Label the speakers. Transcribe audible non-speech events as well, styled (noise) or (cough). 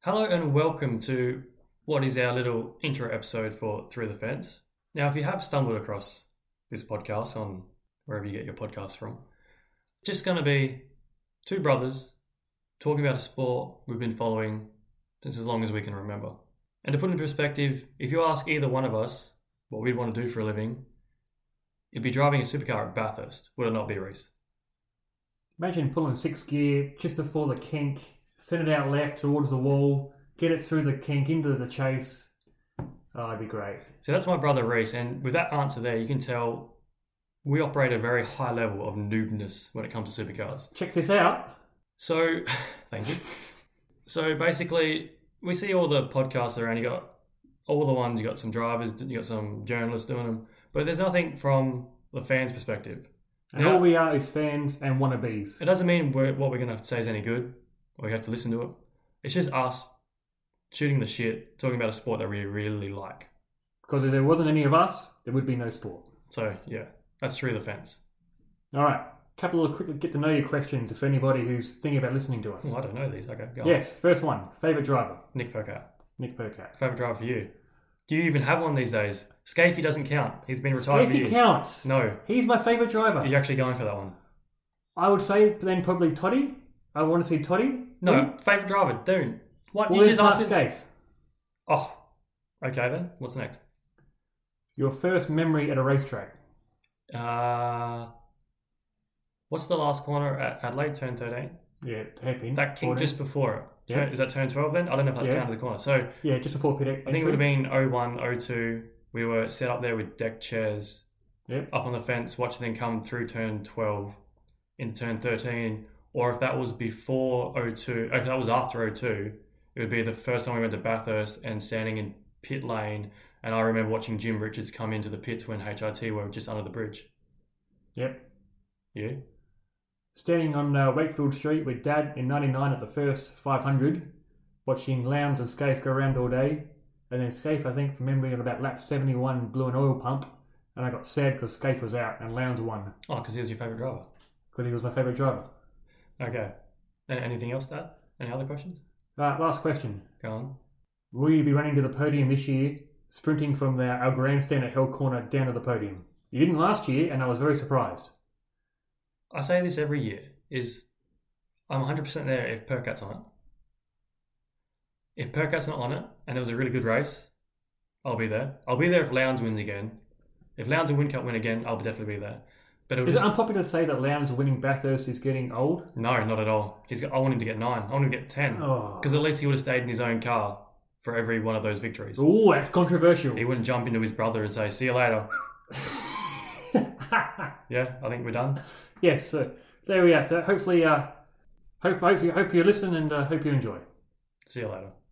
Speaker 1: Hello and welcome to what is our little intro episode for Through the Fence. Now, if you have stumbled across this podcast on wherever you get your podcast from, it's just going to be two brothers talking about a sport we've been following since as long as we can remember. And to put in perspective, if you ask either one of us what we'd want to do for a living, it'd be driving a supercar at Bathurst, would it not be, Reese?
Speaker 2: Imagine pulling six gear just before the kink, send it out left towards the wall, get it through the kink into the chase. Oh, that'd be great.
Speaker 1: So that's my brother Reese, and with that answer there, you can tell we operate a very high level of noobness when it comes to supercars.
Speaker 2: Check this out.
Speaker 1: So, (laughs) thank you. So basically, we see all the podcasts around. You got all the ones. You got some drivers. You got some journalists doing them. But there's nothing from the fans' perspective.
Speaker 2: And
Speaker 1: Yeah.
Speaker 2: all we are is fans and wannabes.
Speaker 1: It doesn't mean we're, what we're going to have to say is any good, or you have to listen to it. It's just us shooting the shit, talking about a sport that we really like.
Speaker 2: Because if there wasn't any of us, there would be no sport.
Speaker 1: So yeah, that's through the fence.
Speaker 2: All right, couple of quick get to know you questions if anybody who's thinking about listening to us.
Speaker 1: Oh, I don't know these. Okay, go. on.
Speaker 2: Yes, first one, favourite driver,
Speaker 1: Nick Poker.
Speaker 2: Nick Burkett.
Speaker 1: Favorite driver for you? Do you even have one these days? Scafey doesn't count. He's been retired for
Speaker 2: Scafie
Speaker 1: years.
Speaker 2: counts.
Speaker 1: No,
Speaker 2: He's my favourite driver.
Speaker 1: you're actually going for that one.
Speaker 2: I would say then probably Toddy. I want to see Toddy.
Speaker 1: No,
Speaker 2: Well,
Speaker 1: favorite driver, dude. What
Speaker 2: well,
Speaker 1: you
Speaker 2: there's
Speaker 1: just asked
Speaker 2: Mark
Speaker 1: me?
Speaker 2: Scaife.
Speaker 1: Oh, okay then. What's next?
Speaker 2: Your first memory at a racetrack.
Speaker 1: Uh, what's the last corner at Adelaide? Turn thirteen.
Speaker 2: Yeah, hairpin.
Speaker 1: That kink
Speaker 2: 14.
Speaker 1: just before it.
Speaker 2: Yeah.
Speaker 1: Turn, Is that turn twelve then? I don't know if that's
Speaker 2: Yeah.
Speaker 1: down to the corner. So
Speaker 2: yeah, just before pit.
Speaker 1: I think it would have been 01, 02. We were set up there with deck chairs
Speaker 2: Yep.
Speaker 1: up on the fence, watching them come through turn 12 into turn 13. Or if that was before 02, if that was after 02, it would be the first time we went to Bathurst and standing in pit lane. And I remember watching Jim Richards come into the pits when HRT were just under the bridge.
Speaker 2: Yep.
Speaker 1: You?
Speaker 2: Standing on uh, Wakefield Street with Dad in '99 at the first 500, watching Lowndes and Scaife go around all day, and then Scaife, I think, from memory, on about lap 71, blew an oil pump, and I got sad because Scaife was out and Lowndes won
Speaker 1: Oh, because he was your favourite driver.
Speaker 2: because he was my favourite driver.
Speaker 1: Okay. A- Anything else, Dad? Any other questions?
Speaker 2: Uh, last question:
Speaker 1: Go on.
Speaker 2: Will you be running to the podium this year, sprinting from the, our grandstand at Hell Corner down to the podium? You didn't last year, and I was very surprised.
Speaker 1: I say this every year is I'm 100% there if Percat's on it. If Percat's not on it and it was a really good race, I'll be there. I'll be there if Lowndes wins again. If Lowndes and Wincup win again, I'll definitely be there. But it'll
Speaker 2: Is
Speaker 1: just
Speaker 2: it unpopular to say that Lowndes winning Bathurst is getting old?
Speaker 1: no, not at all. He's got, I want him to get nine. I want him to get ten
Speaker 2: Oh,
Speaker 1: because at least he would have stayed in his own car for every one of those victories.
Speaker 2: Ooh, that's controversial.
Speaker 1: He wouldn't jump into his brother and say, "See you later." Yeah, I think we're done.
Speaker 2: (laughs) yes, so there we are. So hopefully, uh, hope, hope, you- hope you listen and uh, hope you enjoy.
Speaker 1: See you later.